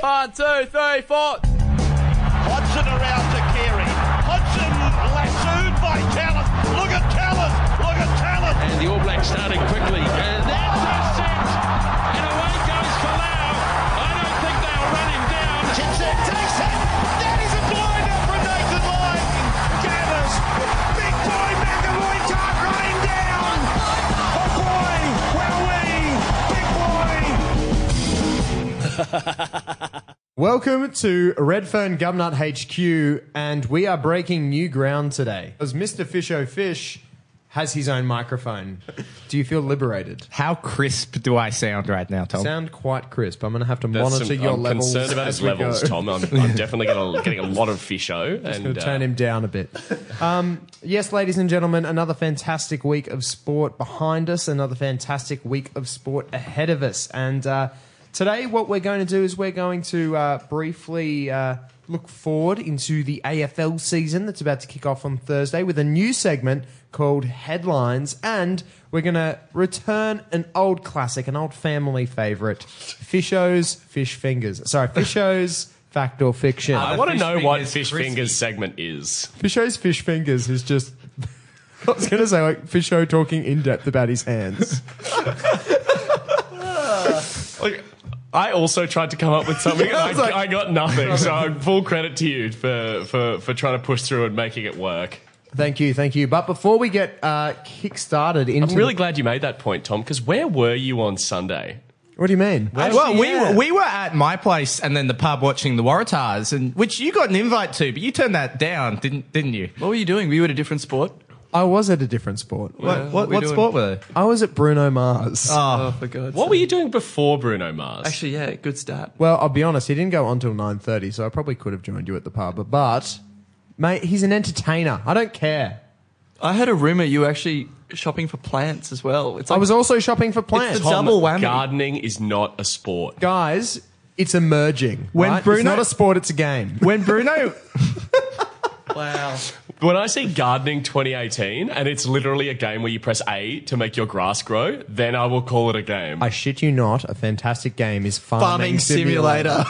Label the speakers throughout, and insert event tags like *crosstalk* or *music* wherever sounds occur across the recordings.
Speaker 1: One, two, three, four.
Speaker 2: Hodgson around to Carey. Hodgson lassoed by Talent. Look at Talent. Look at Talent.
Speaker 3: And the All Blacks starting quickly. And that's a set. And away goes Falau. I don't think they'll run him down.
Speaker 2: Tips it, takes it. That is a blinder from Nathan Lyon. Gathers. Big boy McAvoy can't run him down. Oh boy, wowee. Big boy.
Speaker 4: Welcome to Red Fern Gumnut HQ, and we are breaking new ground today. As Mr. Fisho Fish has his own microphone, do you feel liberated?
Speaker 5: How crisp do I sound right now, Tom?
Speaker 4: Sound quite crisp. I'm going to have to
Speaker 6: That's
Speaker 4: monitor
Speaker 6: some-
Speaker 4: your
Speaker 6: I'm
Speaker 4: levels.
Speaker 6: concerned about his
Speaker 4: as we
Speaker 6: levels,
Speaker 4: go.
Speaker 6: Tom. *laughs* I'm, I'm definitely gonna, getting a lot of fisho.
Speaker 4: Gonna
Speaker 6: And uh,
Speaker 4: turn him down a bit.
Speaker 6: *laughs*
Speaker 4: Um, yes, ladies and gentlemen, another fantastic week of sport behind us, another fantastic week of sport ahead of us. And uh, today, what we're going to do is we're going to uh, briefly uh, look forward into the AFL season that's about to kick off on Thursday with a new segment called Headlines. And we're going to return an old classic, an old family favourite Fisho's Fish Fingers. Sorry, Fisho's. Fact or fiction?
Speaker 6: I want to
Speaker 5: fish
Speaker 6: know what
Speaker 5: fingers
Speaker 6: fish
Speaker 5: crispy.
Speaker 6: fingers segment is.
Speaker 4: Fisho's fish fingers is just. *laughs* I was going to say like Fisho talking in depth about his hands.
Speaker 6: Like, I also tried to come up with something.
Speaker 4: Yeah, I
Speaker 6: and *laughs*
Speaker 4: was
Speaker 6: I,
Speaker 4: like-
Speaker 6: I got *laughs* nothing. so I'm full credit to you for, for, for trying to push through and making it work.
Speaker 4: Thank you, thank you. But before we get uh, kick started into,
Speaker 6: I'm really glad you made that point, Tom. Because where were you on Sunday?
Speaker 4: what do you mean?
Speaker 5: well, we,
Speaker 4: yeah.
Speaker 5: we were at my place and then the pub watching the Waratahs, and which you got an invite to, but you turned that down, didn't didn't you?
Speaker 7: What were you doing? Were you at a different sport?
Speaker 4: I was at a different sport.
Speaker 5: What Ah. what,
Speaker 7: we
Speaker 5: what
Speaker 7: doing?
Speaker 5: sport were they?
Speaker 4: I was at Bruno Mars.
Speaker 7: Oh, for God's
Speaker 6: What were you doing before Bruno Mars?
Speaker 7: Actually, yeah, good stat.
Speaker 4: well, I'll be honest, he didn't go on till nine thirty, so I probably could have joined you at the pub. But mate, he's an entertainer. I don't care.
Speaker 7: I heard a rumor you were actually shopping for plants as well. It's
Speaker 4: I
Speaker 7: like,
Speaker 4: was also shopping for plants.
Speaker 7: the double whammy.
Speaker 6: gardening is not a sport.
Speaker 4: Guys, it's emerging.
Speaker 5: When
Speaker 4: right? it's
Speaker 5: Bruno-
Speaker 4: not a sport, it's a game.
Speaker 5: When Bruno
Speaker 7: wow.
Speaker 6: When I see gardening 2018, and it's literally a game where you press A to make your grass grow, then I will call it a game.
Speaker 4: I shit you not, a fantastic game is farming,
Speaker 7: Farming simulator.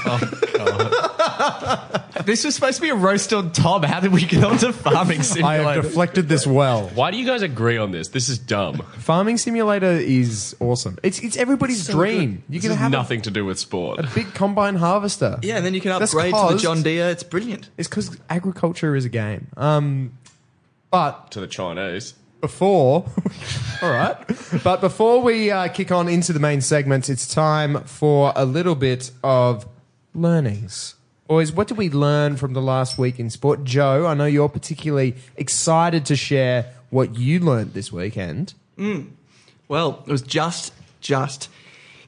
Speaker 5: this was supposed to be a roast on Tom. How did we get onto farming
Speaker 4: *laughs*
Speaker 7: *laughs*
Speaker 4: I have
Speaker 5: simulator?
Speaker 4: deflected this well.
Speaker 6: Why do you guys agree on this? This is dumb.
Speaker 4: Farming Simulator is awesome. It's it's everybody's dream. You
Speaker 6: This
Speaker 4: can
Speaker 6: has
Speaker 4: have
Speaker 6: nothing to do with sport.
Speaker 4: a big combine harvester.
Speaker 7: Yeah, and then you can
Speaker 4: That's
Speaker 7: upgrade to the
Speaker 4: caused-
Speaker 7: John Deere. It's brilliant.
Speaker 4: It's because agriculture is a game. Um, but
Speaker 6: to the Chinese.
Speaker 4: before, *laughs* all right. But before we uh, kick on into the main segment, it's time for a little bit of learnings. Boys, what did we learn from the last week in sport? Joe, I know you're particularly excited to share what you learned this weekend.
Speaker 7: Well, it was just, just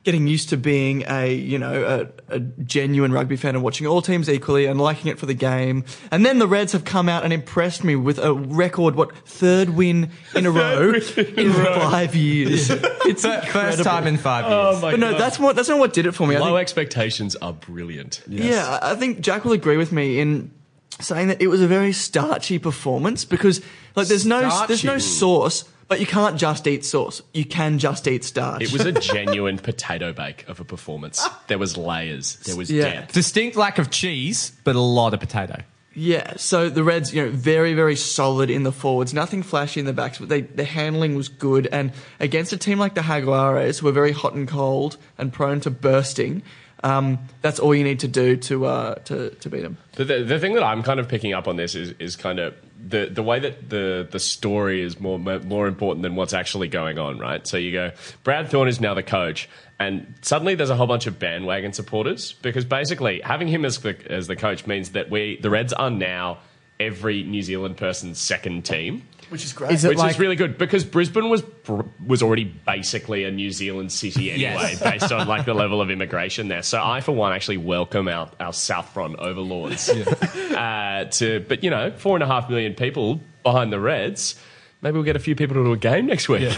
Speaker 7: getting used to being a, you know, a, a genuine rugby fan and watching all teams equally and liking it for the game. And then the Reds have come out and impressed me with a record, what, *laughs* third win in a row in five years. *laughs* It's
Speaker 5: First time in five years.
Speaker 6: my
Speaker 7: But no, that's what that's not what did it for me. Oh I
Speaker 6: Oh, Low
Speaker 7: think
Speaker 6: expectations are brilliant.
Speaker 7: yeah, I I think Jack will agree with me in saying that it was a very starchy performance because like there's no there's no
Speaker 4: Starchy.
Speaker 7: sauce, but you can't just eat sauce. You can just eat starch.
Speaker 6: It was a genuine potato bake of a performance. There was layers. There was
Speaker 7: Yeah.
Speaker 6: depth.
Speaker 5: Distinct lack of cheese, but a lot of potato.
Speaker 7: yeah. So the Reds, you know, very very solid in the forwards, nothing flashy in the backs, but they the handling was good and against a team like the Jaguares who are very hot and cold and prone to bursting. Um, that's all you need to do to uh, to to beat them.
Speaker 6: The, the, the thing that I'm kind of picking up on this is, is kind of the, the way that the, the story is more more important than what's actually going on, right? So you go, Brad Thorne is now the coach, and suddenly there's a whole bunch of bandwagon supporters because basically having him as the, as the coach means that we the Reds are now every New Zealand person's second team.
Speaker 7: Which is great.
Speaker 4: Is it
Speaker 6: Which
Speaker 4: like
Speaker 6: is really good because Brisbane was br- was already basically a New Zealand city anyway, based on like the level of immigration there. So I, for one, actually welcome our, our South Front overlords. *laughs* uh, to but you know, four and a half million people behind the Reds. Maybe we'll get a few people to a game next week.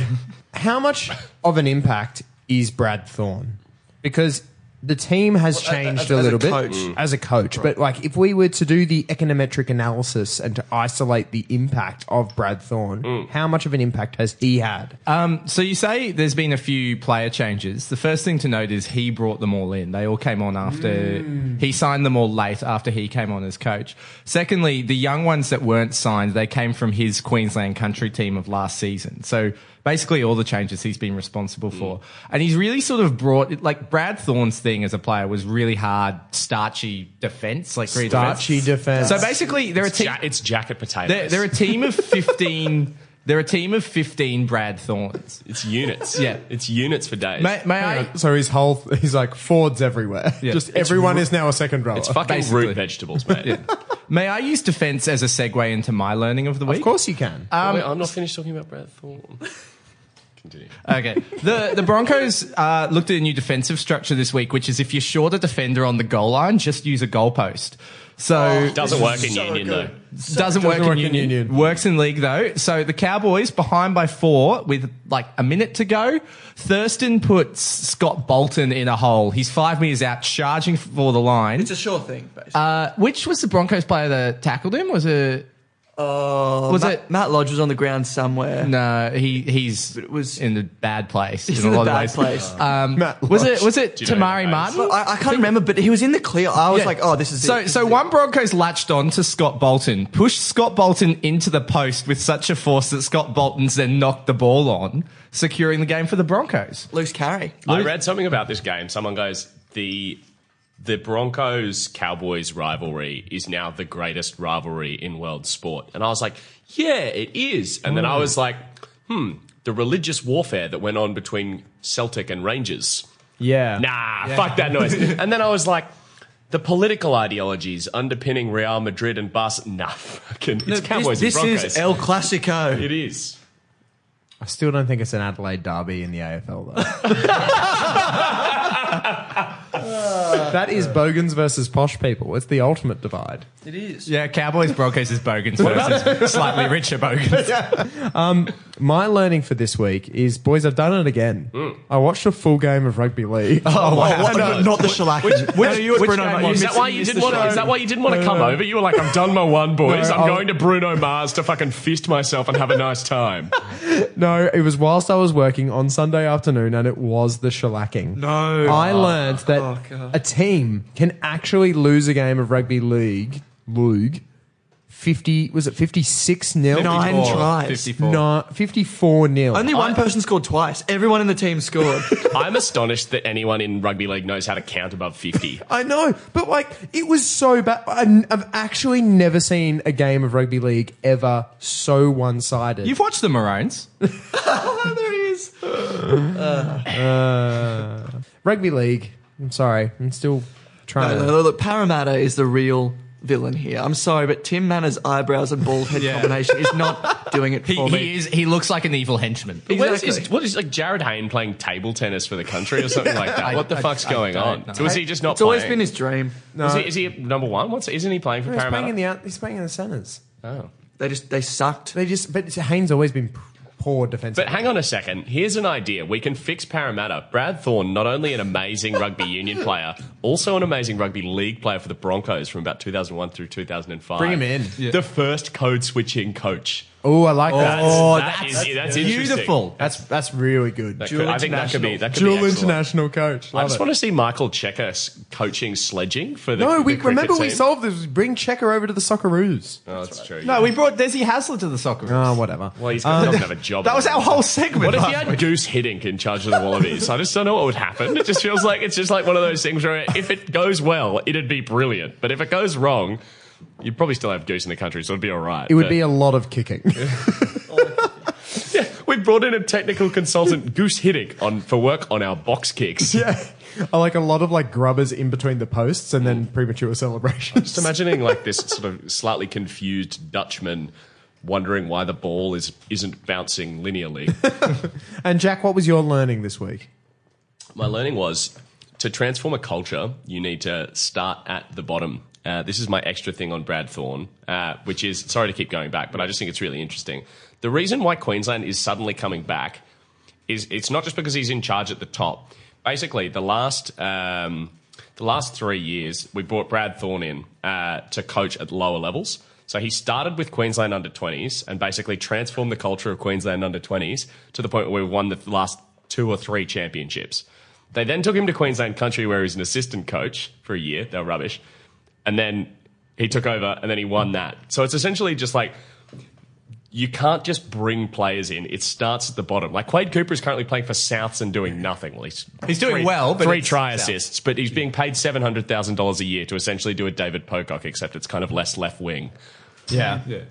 Speaker 4: how much of an impact is Brad Thorne? Because the team has changed
Speaker 7: as-
Speaker 4: a
Speaker 7: as a
Speaker 4: little bit
Speaker 7: coach. Mm.
Speaker 4: as a coach, but like if we were to do the econometric analysis and to isolate the impact of Brad Thorne, how much of an impact has he had?
Speaker 5: Um, so you say there's been a few player changes. The first thing to note is he brought them all in. They all came on after he signed them all late after he came on as coach. Secondly, the young ones that weren't signed, they came from his Queensland country team of last season. So basically all the changes he's been responsible for. And he's really sort of brought like Brad Thorne's thing as a player was really hard, starchy defense, like great
Speaker 4: Starchy defense.
Speaker 5: So basically they're a team
Speaker 6: Ja- *laughs* it's jacket potatoes.
Speaker 5: they're, they're a team of 15 they're a team of 15 Brad Thorns.
Speaker 6: it's units.
Speaker 5: Yeah.
Speaker 6: it's units for days.
Speaker 5: May, may I?
Speaker 4: So his whole he's like Fords everywhere.
Speaker 5: Yeah.
Speaker 4: Just
Speaker 5: It's
Speaker 4: everyone is now a second rower.
Speaker 6: it's fucking
Speaker 5: basically.
Speaker 6: root vegetables, mate.
Speaker 5: May I use defense as a segue into my learning of the week?
Speaker 4: of course you can.
Speaker 6: Oh, wait, I'm not finished talking about Brad Thorne. Continue.
Speaker 5: Okay. The the Broncos uh, looked at a new defensive structure this week, which is if you're short a defender on the goal line, just use a goalpost. So
Speaker 6: Doesn't work in union though.
Speaker 5: Oh, doesn't, work, in, union. Works in league though. So the Cowboys behind by four with like a minute to go. Thurston puts Scott Bolton in a hole. He's five meters out, charging for the line.
Speaker 7: It's a sure thing, basically.
Speaker 5: Uh, which was the Broncos player that tackled him? Was it?
Speaker 7: Oh,
Speaker 5: was
Speaker 7: Matt,
Speaker 5: it-
Speaker 7: Matt Lodge was on the ground somewhere.
Speaker 5: No, he he's
Speaker 7: it was-
Speaker 5: in the bad place.
Speaker 7: He's in
Speaker 5: a
Speaker 7: the
Speaker 5: lot of
Speaker 7: bad
Speaker 5: ways.
Speaker 7: place.
Speaker 5: Um,
Speaker 4: Matt
Speaker 5: *laughs* was
Speaker 4: Lodge.
Speaker 5: it was it
Speaker 6: Do you know
Speaker 5: Tamari
Speaker 6: who that is?
Speaker 5: Martin?
Speaker 7: I, I can't remember, but he was in the clear. I was
Speaker 5: Yeah.
Speaker 7: like, oh, this is
Speaker 5: So,
Speaker 7: it.
Speaker 5: so one Broncos latched on to Scott Bolton, pushed Scott Bolton into the post with such a force that Scott Bolton's then knocked the ball on, securing the game for the Broncos.
Speaker 7: loose carry.
Speaker 6: I read something about this game. Someone goes, the the Broncos Cowboys rivalry is now the greatest rivalry in world sport. And I was like, yeah, it is. And then I was like, hmm, the religious warfare that went on between Celtic and Rangers.
Speaker 4: yeah.
Speaker 6: Nah, fuck that
Speaker 7: *laughs*
Speaker 6: noise. and then I was like, the political ideologies underpinning Real Madrid and Bus. Nah, fucking, it's Cowboys
Speaker 7: this
Speaker 6: and Broncos.
Speaker 7: is El Clasico.
Speaker 6: it is.
Speaker 4: I still don't think it's an Adelaide derby in the AFL
Speaker 5: *laughs*
Speaker 4: though. that is Bogans versus posh people. It's the ultimate divide.
Speaker 7: It is.
Speaker 5: Yeah, Cowboys Broncos is Bogans
Speaker 4: *laughs*
Speaker 5: versus slightly richer Bogans.
Speaker 4: Um, My learning for this week is, boys, I've done it again.
Speaker 7: Hmm.
Speaker 4: I watched a full game of rugby league. *laughs*
Speaker 7: Oh, what- not the shellac. Which,
Speaker 5: which game
Speaker 6: Is
Speaker 5: was-
Speaker 6: that why you didn't want? To, is that why you didn't want to come over? You were like, "I've done my one, boys.
Speaker 4: No,
Speaker 6: I'm
Speaker 4: I'll-
Speaker 6: going to Bruno Mars to fucking fist myself and have a nice time."
Speaker 4: No, it was whilst I was working on Sunday afternoon, and it was the shellacking.
Speaker 7: No.
Speaker 4: I learned that
Speaker 7: Oh, God.
Speaker 4: a team can actually lose a game of rugby league league fifty was it fifty six nil
Speaker 7: Nine tries.
Speaker 5: 54.
Speaker 4: No, fifty four nil.
Speaker 7: Only one person scored twice. Everyone in the
Speaker 5: *laughs*
Speaker 7: team scored.
Speaker 6: I'm astonished that anyone in rugby league knows how to count above fifty.
Speaker 4: I know, but like it was so bad. I- I've actually never seen a game of rugby league ever so one sided.
Speaker 5: You've watched the
Speaker 7: *laughs*
Speaker 5: Maroons.
Speaker 7: Oh, there he is.
Speaker 4: Rugby league. I'm sorry, I'm still
Speaker 7: No,
Speaker 4: trying.
Speaker 7: no,
Speaker 4: to
Speaker 7: no, look, Parramatta is the real villain here. I'm sorry, but Tim Manners' eyebrows and
Speaker 5: *laughs*
Speaker 7: bald head combination is not doing it
Speaker 5: He,
Speaker 7: for me.
Speaker 5: he is. He looks like an evil henchman.
Speaker 6: Where's-
Speaker 7: Exactly.
Speaker 6: is- what is like Jared Hayne playing table tennis for the country or something like that? What the
Speaker 5: I-
Speaker 6: fuck's
Speaker 5: I
Speaker 6: going
Speaker 5: don't
Speaker 6: on?
Speaker 5: know.
Speaker 6: Was he just not?
Speaker 7: It's always
Speaker 6: playing?
Speaker 7: been his dream.
Speaker 6: Is, he, is he number one? What's isn't he playing for
Speaker 4: he's playing
Speaker 6: Paramount?
Speaker 4: in the out- he's playing in the centres.
Speaker 6: oh.
Speaker 7: They just they sucked.
Speaker 4: They just but Haynes always been p- poor defensive.
Speaker 6: But hang on a second. Here's an idea. We can fix Parramatta. Brad Thorne, not only an amazing rugby union player, also an amazing rugby league player for the Broncos from about 2001 through 2005.
Speaker 4: Bring him in.
Speaker 5: Yeah.
Speaker 6: The first code switching coach.
Speaker 4: Oh, I like that.
Speaker 5: Oh,
Speaker 6: That is-
Speaker 5: that's,
Speaker 6: that's interesting.
Speaker 5: beautiful.
Speaker 4: That's that's really good.
Speaker 6: That could, I think that could be that could be
Speaker 4: Dual
Speaker 6: excellent.
Speaker 4: international coach.
Speaker 6: I
Speaker 4: Love
Speaker 6: just
Speaker 4: it.
Speaker 6: want to see Michael Checker s- coaching sledging for the.
Speaker 4: no,
Speaker 6: the
Speaker 4: we
Speaker 6: cricket
Speaker 4: remember we
Speaker 6: team.
Speaker 4: solved this. Bring Checker over to the Socceroos.
Speaker 6: Oh, that's true.
Speaker 5: No, we brought Desi Hasler to the soccer.
Speaker 6: *laughs*
Speaker 4: Oh, whatever.
Speaker 6: Well, he's not gonna have a job.
Speaker 5: that was our whole segment.
Speaker 6: What if you had Goose Hiddink in charge of the Wallabies? I just don't know what would happen. It just feels like it's just like one of those things where if it goes well, it'd be brilliant. But if it goes wrong, you'd probably still have Goose in the country, so it'd be all right.
Speaker 4: It would be a lot
Speaker 6: *laughs*
Speaker 4: of kicking. *laughs*
Speaker 6: yeah, we brought in a technical consultant, Goose Hiddink, on for work on our box kicks.
Speaker 4: yeah, I like a lot of like grubbers in between the posts and then premature celebrations.
Speaker 6: Just imagining like this sort of slightly confused Dutchman wondering why the ball is isn't bouncing linearly.
Speaker 4: And Jack, what was your learning this week?
Speaker 6: My learning was to transform a culture, you need to start at the bottom. Uh, this is my extra thing on Brad Thorne, uh, which is sorry to keep going back, but I just think it's really interesting. The reason why Queensland is suddenly coming back is it's not just because he's in charge at the top. Basically, the last um, the last three years, we brought Brad Thorne in uh, to coach at lower levels. So he started with Queensland under 20s and basically transformed the culture of Queensland under 20s to the point where we won the last two or three championships. They then took him to Queensland Country, where he was an assistant coach for a year. They were rubbish. And then he took over and then he won that. So it's essentially just like you can't just bring players in. It starts at the bottom. Like Quade Cooper is currently playing for Souths and doing nothing. Well, he's,
Speaker 5: He's doing
Speaker 6: three-
Speaker 5: well, but
Speaker 6: three
Speaker 5: it's
Speaker 6: try
Speaker 5: Souths.
Speaker 6: assists, but he's being paid seven hundred thousand dollars a year to essentially do a David Pocock, except it's kind of less left wing.
Speaker 5: Yeah. yeah.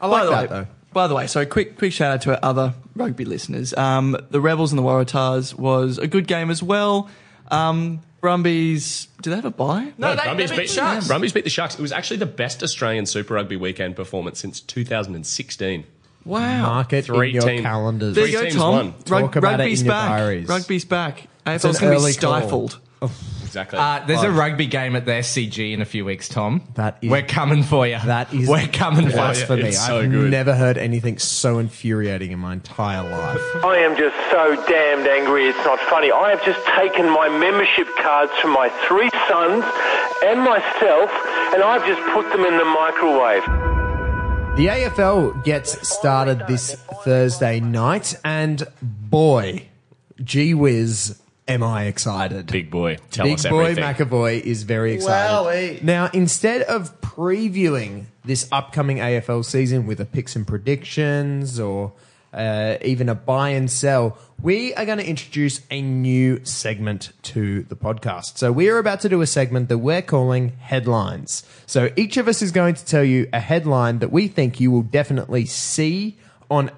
Speaker 4: I like
Speaker 7: by the
Speaker 4: that
Speaker 7: way,
Speaker 4: though.
Speaker 7: By the way, so quick quick shout out to our other rugby listeners. Um, the Rebels and the Waratahs was a good game as well. Um, Brumbies, do they have a bye?
Speaker 5: No, they- they beat the Sharks.
Speaker 6: Brumbies beat the Sharks. It was actually the best Australian Super Rugby weekend performance since 2016.
Speaker 7: Wow.
Speaker 4: Mark it
Speaker 6: Three
Speaker 4: in your
Speaker 6: team-
Speaker 4: calendars.
Speaker 7: There
Speaker 6: Three
Speaker 7: you go,
Speaker 6: teams
Speaker 7: Tom.
Speaker 6: won.
Speaker 4: Talk about it
Speaker 7: rugby's
Speaker 4: in your
Speaker 7: back.
Speaker 4: diaries.
Speaker 7: Rugby's back. AFL's going to be
Speaker 4: early call.
Speaker 7: stifled.
Speaker 6: Exactly.
Speaker 5: Uh, there's a rugby game at the SCG in a few weeks, Tom.
Speaker 4: That is-
Speaker 5: we're coming for you.
Speaker 4: That is
Speaker 5: we're coming for you.
Speaker 4: blasphemy.
Speaker 6: It's so
Speaker 4: I've
Speaker 6: good.
Speaker 4: never heard anything so infuriating in my entire life.
Speaker 8: I am just so damned angry, it's not funny. I have just taken my membership cards from my three sons and myself, and I've just put them in the microwave.
Speaker 4: The AFL gets started this Thursday night, and boy, gee whiz, am I excited.
Speaker 6: Big boy. Tell
Speaker 4: Big
Speaker 6: us
Speaker 4: boy
Speaker 6: everything.
Speaker 4: McAvoy is very excited.
Speaker 5: Wowee.
Speaker 4: Now, instead of previewing this upcoming AFL season with a picks and predictions or uh, even a buy and sell, we are going to introduce a new segment to the podcast. So, we are about to do a segment that we're calling Headlines. So, each of us is going to tell you a headline that we think you will definitely see on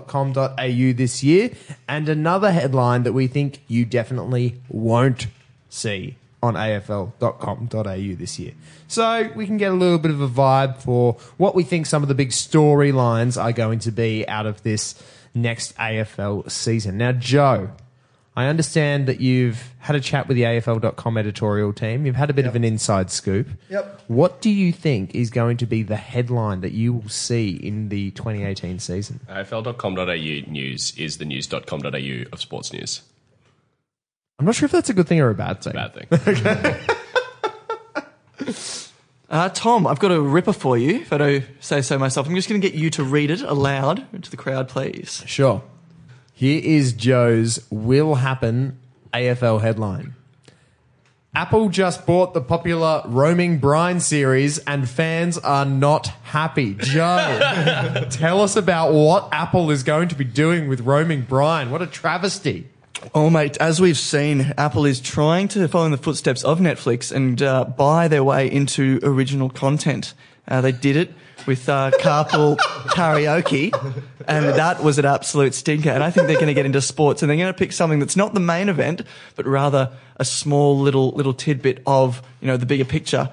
Speaker 4: afl.com.au this year and another headline that we think you definitely won't see on afl.com.au this year. So we can get a little bit of a vibe for what we think some of the big storylines are going to be out of this next AFL season. Now, Joe, I understand that you've had a chat with the afl.com editorial team. You've had a bit of an inside scoop.
Speaker 9: Yep.
Speaker 4: What do you think is going to be the headline that you will see in the 2018 season?
Speaker 6: AFL.com.au news is the news.com.au of sports news.
Speaker 4: I'm not sure if that's a good thing or a bad thing.
Speaker 6: Bad thing. *laughs*
Speaker 7: Uh, Tom, I've got a ripper for you, if I don't say so myself. I'm just going to get you to read it aloud to the crowd, please.
Speaker 4: Sure. Here is Joe's will happen AFL headline. Apple just bought the popular roaming brine series and fans are not happy. Joe, tell us about what Apple is going to be doing with roaming brine. What a travesty.
Speaker 7: Oh, mate, as we've seen, Apple is trying to follow in the footsteps of Netflix and uh, buy their way into original content. Uh, they did it with uh, Carpool Karaoke, and that was an absolute stinker. And I think they're going to get into sports, and they're going to pick something that's not the main event, but rather a small little little tidbit of you know the bigger picture.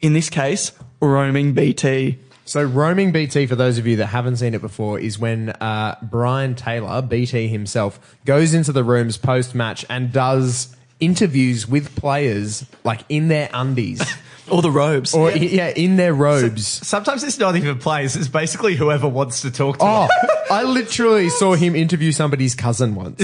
Speaker 7: In this case, roaming BT.
Speaker 4: So roaming BT, for those of you that haven't seen it before, is when uh, Brian Taylor, BT himself, goes into the rooms post match and does interviews with players like in their undies
Speaker 7: Or the robes.
Speaker 4: or i- yeah, in their robes.
Speaker 5: Sometimes it's not even plays. It's basically whoever wants to talk to.
Speaker 4: Oh, I literally saw him interview somebody's cousin once.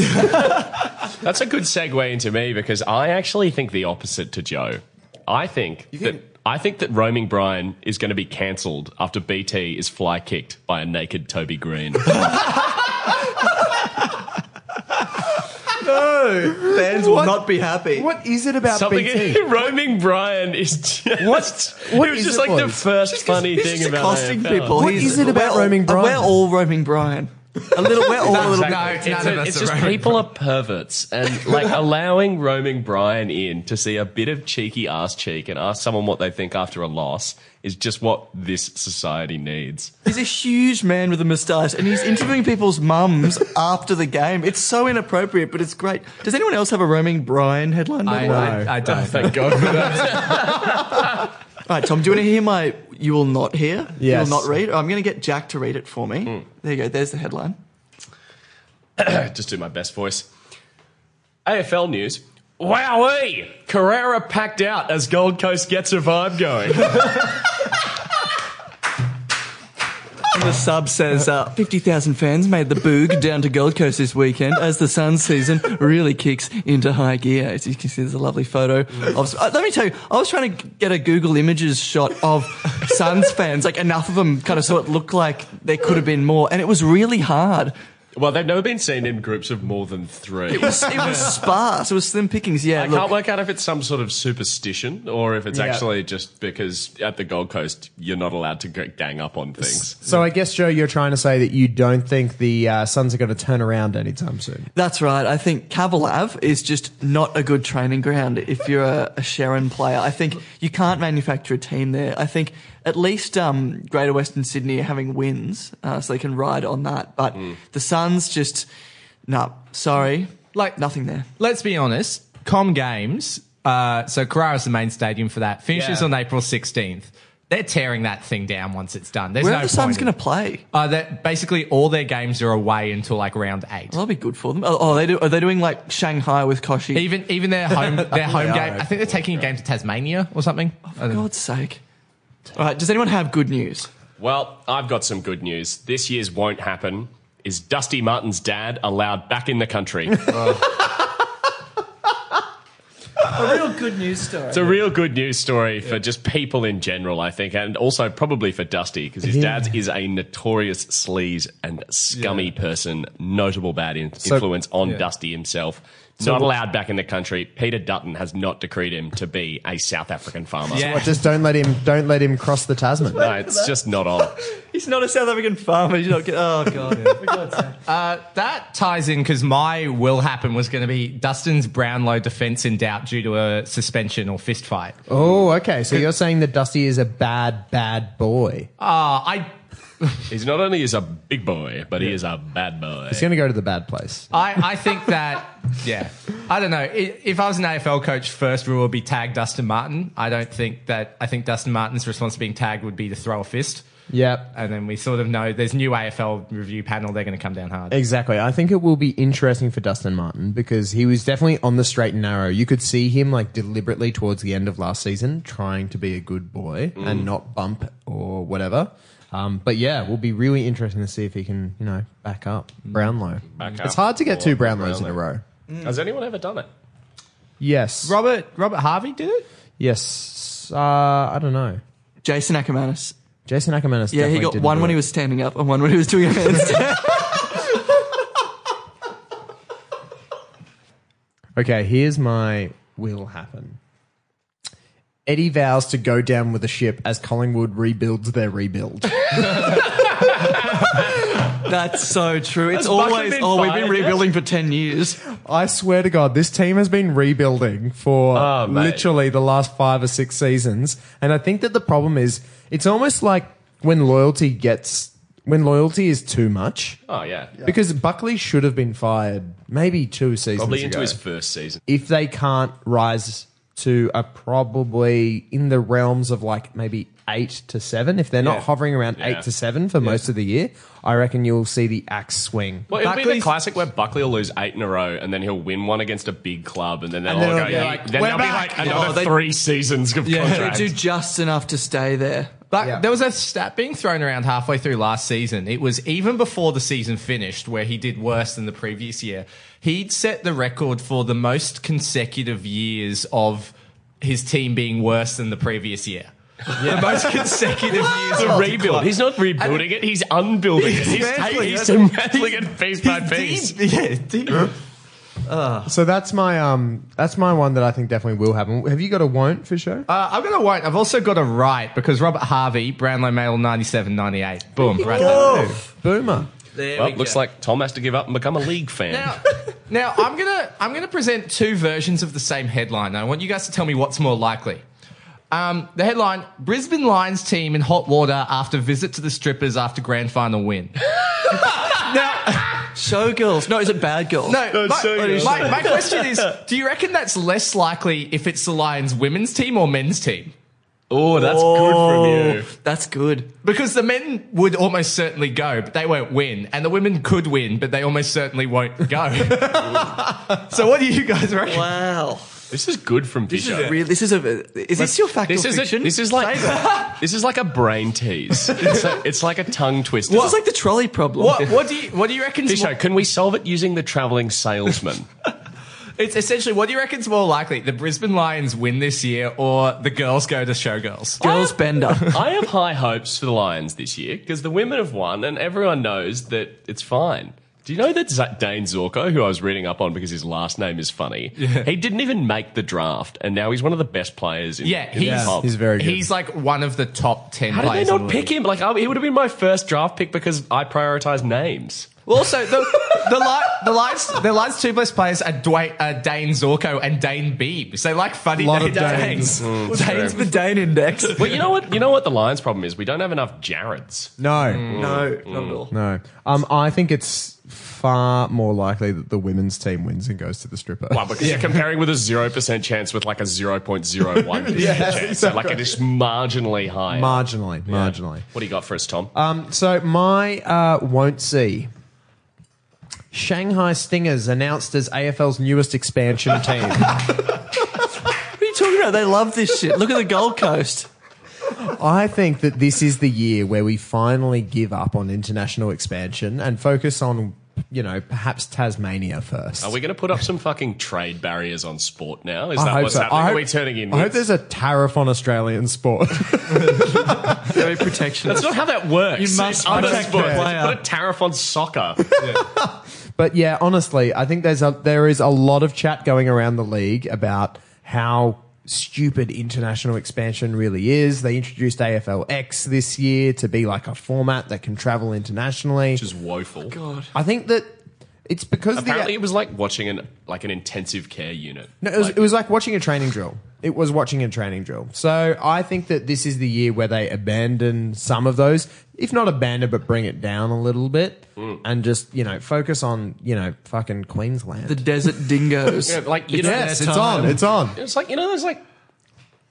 Speaker 6: That's a good segue into me because I actually think the opposite to Joe. I think, that I think that roaming Brian is going to be cancelled after BT is fly kicked by a naked Toby Green.
Speaker 7: Fans will not be happy.
Speaker 4: *laughs* What is it about
Speaker 6: Something
Speaker 4: BT?
Speaker 6: *laughs* roaming Brian is just
Speaker 4: What- what
Speaker 6: it was
Speaker 4: is
Speaker 6: just
Speaker 4: it
Speaker 6: like the
Speaker 4: was?
Speaker 6: first funny
Speaker 7: He's
Speaker 6: thing
Speaker 7: just
Speaker 6: about
Speaker 7: accosting
Speaker 6: AFL.
Speaker 7: people.
Speaker 4: What
Speaker 7: He's-
Speaker 4: is it about
Speaker 7: we're-
Speaker 4: roaming Brian?
Speaker 7: We're all roaming Brian. A little. We're all a little.
Speaker 5: No,
Speaker 6: It's,
Speaker 5: none of us
Speaker 6: it's
Speaker 5: are
Speaker 6: just
Speaker 5: roaming
Speaker 6: people are perverts, and like allowing roaming Brian in to see a bit of cheeky ass cheek and ask someone what they think after a loss is just what this society needs.
Speaker 7: He's a huge man with a moustache, and he's interviewing people's mums after the game. It's so inappropriate, but it's great. Does anyone else have a roaming Brian headline? by
Speaker 5: I,
Speaker 7: the way?
Speaker 5: I, I don't.
Speaker 6: Thank God for that.
Speaker 7: All right, Tom. Do you want to hear my? You will not hear.
Speaker 4: Yes.
Speaker 7: You will not read. I'm going to get Jack to read it for me. There you go. There's the headline.
Speaker 6: just do my best voice. AFL news. Wowee! Carrera packed out as Gold Coast gets a vibe going.
Speaker 7: the sub says uh, 50,000 fans made the boog down to Gold Coast this weekend as the sun season really kicks into high gear. As you can see, there's a lovely photo of. Uh, let me tell you, I was trying to get a Google Images shot of Suns fans, like enough of them, kind of so it looked like there could have been more, and it was really hard.
Speaker 6: *laughs* Well, they've never been seen in groups of more than three.
Speaker 7: It was, it was sparse. It was slim pickings. Yeah,
Speaker 6: I
Speaker 7: look,
Speaker 6: can't work out if it's some sort of superstition or if it's
Speaker 4: Yeah.
Speaker 6: actually just because at the Gold Coast you're not allowed to g- gang up on things.
Speaker 4: So I guess Joe, you're trying to say that you don't think the uh, Suns are going to turn around anytime *laughs* soon.
Speaker 7: That's right. I think Cavalav is just not a good training ground if you're a, a Sharon player. I think you can't manufacture a team there. I think at least um, Greater Western Sydney are having wins, uh, so they can ride on that. But
Speaker 5: Hmm.
Speaker 7: the Suns just, no, sorry.
Speaker 5: Like-
Speaker 7: nothing there.
Speaker 5: Let's be honest. Com Games, uh, so Carrara's the main stadium for that, finishes
Speaker 4: Yeah.
Speaker 5: on April 16th. They're tearing that thing down once it's done. There's
Speaker 7: Where
Speaker 5: no
Speaker 7: are the Suns
Speaker 5: point
Speaker 7: going
Speaker 5: in-
Speaker 7: to play?
Speaker 5: Uh, that basically all their games are away until like round eight.
Speaker 7: That'll be good for them. Oh, oh, they do, are they doing like Shanghai with Koshi?
Speaker 5: Even even their home their home game. I think they're taking a game to Tasmania or something. I don't know.
Speaker 7: God's sake. All right. Does anyone have good news?
Speaker 6: Well, I've got some good news. This year's won't happen. Is Dusty Martin's dad allowed back in the
Speaker 7: *laughs*
Speaker 6: country?
Speaker 7: Oh. A real good news story.
Speaker 6: It's a real good news story for just people in general, I think, and also probably for Dusty because his
Speaker 4: Yeah.
Speaker 6: dad is a notorious sleaze and scummy person, notable bad in- influence on Dusty himself. not allowed back in the country. Peter Dutton has not decreed him to be a South African farmer.
Speaker 5: Yeah.
Speaker 4: What, just don't let him don't let him cross the Tasman.
Speaker 6: No, it's just not on.
Speaker 7: He's not a South African farmer. You *laughs* don't get. Oh God. For God's sake.
Speaker 5: That ties in because my will happen was going to be Dustin's Brownlow defense in doubt due to a suspension or fist fight. Uh,
Speaker 4: Oh, okay. So you're saying that Dusty is a bad, bad boy.
Speaker 5: I
Speaker 6: He's not only is a big boy, but he is a bad boy.
Speaker 4: He's going to go to the bad place.
Speaker 5: I, I think that, *laughs* yeah. I don't know. I- If I was an AFL coach, first rule would be tag Dustin Martin. I don't think that, I think Dustin Martin's response to being tagged would be to throw a fist.
Speaker 4: Yep.
Speaker 5: And then we sort of know there's new AFL review panel. They're going to come down hard.
Speaker 4: Exactly. I think it will be interesting for Dustin Martin because he was definitely on the straight and narrow. You could see him like deliberately towards the end of last season trying to be a good boy
Speaker 7: Mm.
Speaker 4: and not bump or whatever. Um, but yeah, will be really interesting to see if he can, you know, back up
Speaker 7: Mm.
Speaker 4: Brownlow.
Speaker 6: Back up
Speaker 4: it's hard to
Speaker 6: or
Speaker 4: get two Brownlows in a
Speaker 6: Brownlow.
Speaker 4: row.
Speaker 6: Has anyone ever done it?
Speaker 4: Yes.
Speaker 5: Robert, Robert Harvey did it?
Speaker 4: yes. Uh, I don't know.
Speaker 7: Jason Ackermanis.
Speaker 4: Jason Ackermanis.
Speaker 7: Yeah, he got one when he was standing up and one when he was doing
Speaker 6: *laughs*
Speaker 7: a handstand.
Speaker 4: Okay, here's my will happen. Eddie vows to go down with the ship as Collingwood rebuilds
Speaker 6: *laughs*
Speaker 4: their rebuild.
Speaker 7: That's so true. It's
Speaker 6: Has Buchan
Speaker 7: always,
Speaker 6: been
Speaker 7: oh, we've been
Speaker 6: fired
Speaker 7: rebuilding for 10 years.
Speaker 4: I swear to God, this team has been rebuilding for
Speaker 6: Oh, mate.
Speaker 4: literally the last five or six seasons. And I think that the problem is it's almost like when loyalty gets, when loyalty is too much.
Speaker 6: Oh yeah,
Speaker 4: Because Buckley should have been fired maybe two seasons
Speaker 6: probably
Speaker 4: ago.
Speaker 6: into his first season.
Speaker 4: if they can't rise to a probably in the realms of like maybe eight to seven, if they're not hovering around
Speaker 6: Yeah.
Speaker 4: eight to seven for most of the year, I reckon you'll see the axe swing.
Speaker 6: Well, it'll be the
Speaker 5: Buckley's-
Speaker 6: classic where Buckley will lose eight in a row, and then he'll win one against a big club, and then they'll
Speaker 4: And then
Speaker 6: all go.
Speaker 4: it'll be
Speaker 6: Yeah,
Speaker 4: like,
Speaker 6: then
Speaker 4: "We're
Speaker 6: they'll
Speaker 4: back!"
Speaker 6: be like another
Speaker 7: Oh, they-
Speaker 6: three seasons of
Speaker 7: *laughs*
Speaker 6: contract.
Speaker 7: They Oh, do just enough to stay there.
Speaker 5: But
Speaker 4: Yeah.
Speaker 5: there was a stat being thrown around halfway through last season. It was even before the season finished, where he did worse than the previous year. He'd set the record for the most consecutive years of his team being worse than the previous year. The most consecutive years
Speaker 6: It's
Speaker 5: of
Speaker 6: a rebuild. He's not rebuilding it. He's unbuilding it. He's,
Speaker 5: Exactly.
Speaker 6: he's
Speaker 5: That's-
Speaker 6: dismantling it piece by piece.
Speaker 5: *laughs* Yeah, deep.
Speaker 4: So that's my um that's my one that I think definitely will happen. Have you got a won't for sure?
Speaker 5: Uh, I've got a won't. I've also got a right because Robert Harvey, Brownlow Mail 97 98. Boom. Right there.
Speaker 4: Boomer.
Speaker 5: There
Speaker 6: Well,
Speaker 5: we
Speaker 6: looks
Speaker 5: go.
Speaker 6: like Tom has to give up and become a league fan.
Speaker 5: Now, now I'm gonna I'm gonna present two versions of the same headline. I want you guys to tell me what's more likely. Um, the headline: Brisbane Lions team in hot water after visit to the strippers after grand final win.
Speaker 7: Showgirls. No, is it bad girls?
Speaker 5: No,
Speaker 6: *laughs*
Speaker 5: my,
Speaker 6: so good.
Speaker 5: my, my question is: Do you reckon that's less likely if it's the Lions women's team or men's team?
Speaker 6: Oh, that's
Speaker 7: Oh,
Speaker 6: good from you.
Speaker 7: That's good.
Speaker 5: Because the men would almost certainly go, but they won't win, and the women could *laughs* win, but they almost certainly won't go. so, what do you guys reckon?
Speaker 7: Wow.
Speaker 6: This is good from
Speaker 7: This
Speaker 6: Fisher.
Speaker 7: is real. This is a. Is this your fact
Speaker 6: This
Speaker 7: or
Speaker 6: is, a,
Speaker 7: fiction?
Speaker 6: this is like *laughs* this is like a brain tease. It's, a, it's like a tongue twister.
Speaker 7: This is like the trolley problem.
Speaker 5: What, what do you what do you reckon?
Speaker 6: Fisher, can we solve it using the travelling salesman? *laughs*
Speaker 5: It's essentially what do you reckon's more likely: the Brisbane Lions win this year, or the girls go to Showgirls?
Speaker 7: Girls bender.
Speaker 6: I have high hopes for the Lions this year because the women have won and everyone knows that it's fine. Do you know that Z- Dane Zorko, who I was reading up on because his last name is funny, he didn't even make the draft and now he's one of the best players in,
Speaker 5: Yeah,
Speaker 6: in the
Speaker 5: he's
Speaker 6: comp.
Speaker 4: He's very good.
Speaker 5: He's like one of the top ten.
Speaker 6: How did
Speaker 5: players
Speaker 6: they
Speaker 5: in
Speaker 6: not
Speaker 5: the
Speaker 6: pick
Speaker 5: league.
Speaker 6: him? Like, I, he would have been my first draft pick because I prioritize names.
Speaker 5: Well, also the *laughs* the, li- the Lions the Lions two best players are Dwight, uh, Dane Zorko and Dane Beebe. So like funny
Speaker 4: Lot
Speaker 5: names.
Speaker 4: of
Speaker 5: *laughs*
Speaker 4: Danes.
Speaker 6: Mm,
Speaker 7: Dane's the
Speaker 6: *laughs*
Speaker 7: Dane index.
Speaker 6: Well, you know what? You know what the Lions' problem is? We don't have enough Jareds.
Speaker 4: No,
Speaker 7: no, not at all.
Speaker 4: no. Um, I think it's far more likely that the women's team wins and goes to the stripper.
Speaker 6: Well, because you're comparing with a zero percent chance with like a zero point zero
Speaker 4: *laughs*
Speaker 6: one
Speaker 4: Yeah,
Speaker 6: chance. So like it is marginally higher.
Speaker 4: marginally, marginally.
Speaker 6: What do you got for us, Tom?
Speaker 4: Um, so my uh, won't see. Shanghai Stingers announced as AFL's newest expansion team.
Speaker 6: *laughs*
Speaker 7: What are you talking about? They love this shit. Look at the Gold Coast.
Speaker 4: I think that this is the year where we finally give up on international expansion and focus on, you know, perhaps Tasmania first.
Speaker 6: Are we going to put up some fucking trade barriers on sport now? Is
Speaker 4: I
Speaker 6: that
Speaker 4: hope
Speaker 6: what's
Speaker 4: so.
Speaker 6: happening?
Speaker 4: I hope-
Speaker 6: Are we turning in?
Speaker 4: I hope
Speaker 6: with-
Speaker 4: there's a tariff on Australian sport.
Speaker 7: Very
Speaker 6: That's
Speaker 7: protectionist.
Speaker 6: not how that works.
Speaker 7: You must
Speaker 6: It's other
Speaker 7: protect
Speaker 6: sports.
Speaker 7: the player.
Speaker 6: Put a tariff on
Speaker 4: *laughs*
Speaker 6: soccer.
Speaker 4: But yeah, honestly, I think there's a there is a lot of chat going around the league about how stupid international expansion really is. They introduced AFLX this year to be like a format that can travel internationally.
Speaker 6: Which is woeful. God.
Speaker 4: I think that it's because
Speaker 6: Apparently,
Speaker 4: the
Speaker 6: it was like watching an like an intensive care unit.
Speaker 4: no, it was,
Speaker 6: Like-
Speaker 4: it was like watching a training drill. It was watching a training drill. So I think that this is the year where they abandon some of those, if not abandon, but bring it down a little bit
Speaker 6: Hmm.
Speaker 4: and just, you know, focus on, you know, fucking Queensland.
Speaker 7: the desert dingoes.
Speaker 6: Yeah, like you know,
Speaker 4: yes, it's on. It's on.
Speaker 6: It's like you know, there's like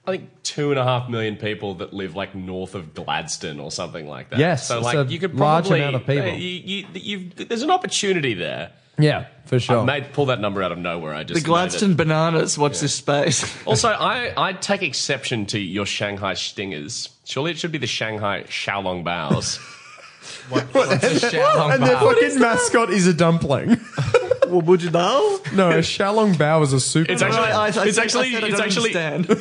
Speaker 6: I think two and a half million people that live like north of Gladstone or something like that.
Speaker 4: Yes,
Speaker 6: so
Speaker 4: it's
Speaker 6: like
Speaker 4: a
Speaker 6: you could
Speaker 4: large
Speaker 6: probably
Speaker 4: amount of people.
Speaker 6: uh, You, you, have there's an opportunity there.
Speaker 4: Yeah, for sure.
Speaker 6: I made pull that number out of nowhere. I just made it.
Speaker 7: the *laughs* Gladstone bananas. Watch this space.
Speaker 6: Also, I I take exception to your Shanghai stingers. Surely it should be the Shanghai Shaolong
Speaker 7: *laughs*
Speaker 6: Bows.
Speaker 5: *laughs* It's a shout on
Speaker 4: and their
Speaker 5: bar.
Speaker 4: fucking mascot is a dumpling. *laughs*
Speaker 7: well, would you know?
Speaker 4: no, a Shalong Bao is a super.
Speaker 6: It's actually, it's actually, it's actually, *laughs*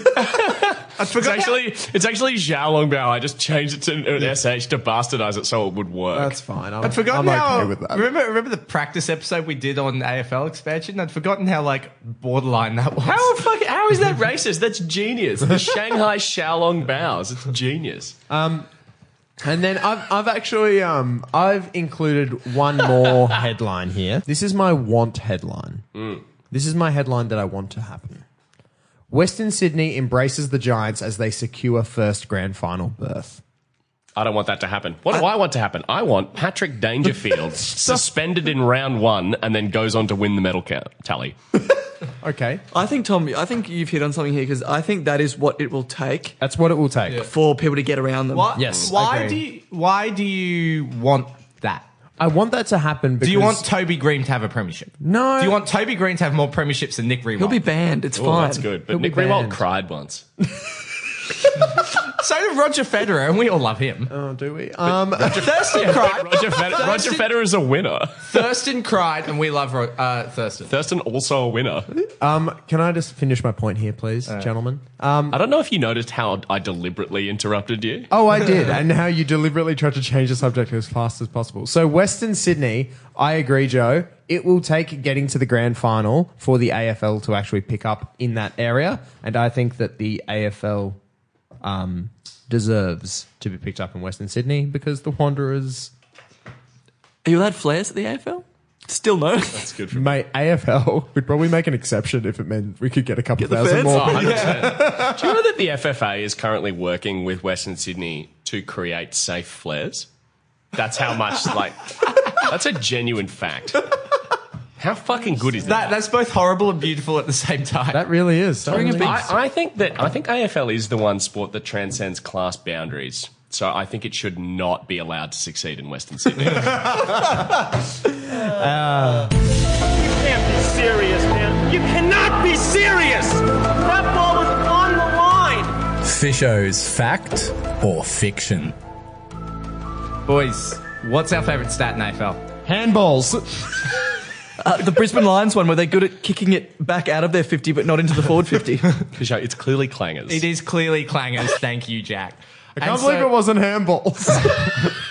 Speaker 6: it's actually, it's actually Xiaolong Bao. I just changed it to an sh to bastardize it so it would work.
Speaker 4: That's fine. I'm,
Speaker 5: I'd forgotten
Speaker 4: I'm
Speaker 5: how.
Speaker 4: okay with that.
Speaker 5: Remember, remember the practice episode we did on AFL expansion? I'd forgotten how like borderline that was.
Speaker 6: How fuck, How is that racist? That's genius. The Shanghai Shaolong Bows. It's genius.
Speaker 4: And then I've, I've actually um, I've included one more *laughs* headline here. This is my want headline. This is my headline that I want to happen. Western Sydney embraces the Giants as they secure first grand final berth.
Speaker 6: I don't want that to happen. What do I want to happen? I want Patrick Dangerfield suspended in round one and then goes on to win the medal count, tally.
Speaker 4: Okay,
Speaker 7: I think Tom. I think you've hit on something here because I think that is what it will take
Speaker 4: that's what it will take.
Speaker 7: for people to get around them.
Speaker 5: Why,
Speaker 4: Yes,
Speaker 5: Why
Speaker 4: agree.
Speaker 5: do you, Why do you want that?
Speaker 4: I want that to happen. Because
Speaker 5: Do you want Toby Green to have a premiership?
Speaker 4: No.
Speaker 5: Do you want Toby Green to have more premierships than Nick Rewalt?
Speaker 7: He'll be banned. It's
Speaker 6: Oh,
Speaker 7: fine.
Speaker 6: that's good. But
Speaker 4: He'll be
Speaker 6: Nick Rewalt
Speaker 4: banned.
Speaker 6: cried once.
Speaker 5: So did Roger Federer, and we all love him.
Speaker 4: Oh, do we? Um,
Speaker 5: Thurston cried.
Speaker 6: Roger, Fed- Roger Federer is a winner.
Speaker 5: Thurston cried, and we love Ro- uh, Thurston.
Speaker 6: Thurston also a winner.
Speaker 4: can I just finish my point here, please, gentlemen?
Speaker 6: I don't know if you noticed how I deliberately interrupted you.
Speaker 4: Oh, I did. *laughs* and how you deliberately tried to change the subject as fast as possible. So, Western Sydney, I agree, Joe. It will take getting to the grand final for the AFL to actually pick up in that area. And I think that the AFL um, deserves to be picked up in Western Sydney because the Wanderers,
Speaker 7: Are you allowed flares at the AFL? Still no.
Speaker 6: That's good for me.
Speaker 4: mate, AFL *laughs* would probably make an exception if it meant we could get a couple
Speaker 7: the
Speaker 4: thousand
Speaker 7: fans.
Speaker 4: more.
Speaker 6: Oh, 100%. Do you know that the FFA is currently working with Western Sydney to create safe flares? That's how much, like, *laughs* that's a genuine fact. How fucking good is
Speaker 5: That,
Speaker 6: that?
Speaker 5: that's both horrible and beautiful at the same time.
Speaker 4: That really is.
Speaker 6: I, I think that I think AFL is the one sport that transcends class boundaries. So I think it should not be allowed to succeed in Western Sydney.
Speaker 2: Memphis.
Speaker 9: serious, man. You cannot be serious. That ball was on the line.
Speaker 10: Fisho's fact or fiction?
Speaker 5: Boys, what's our favourite stat in AFL?
Speaker 4: Handballs.
Speaker 7: Uh, the Brisbane Lions one, were they good at kicking it back out of their 50 but not into the forward
Speaker 6: *laughs*
Speaker 7: 50?
Speaker 6: Fisho, it's clearly clangers.
Speaker 5: It is clearly clangers. Thank you, Jack.
Speaker 4: I can't believe it wasn't handballs.
Speaker 5: *laughs*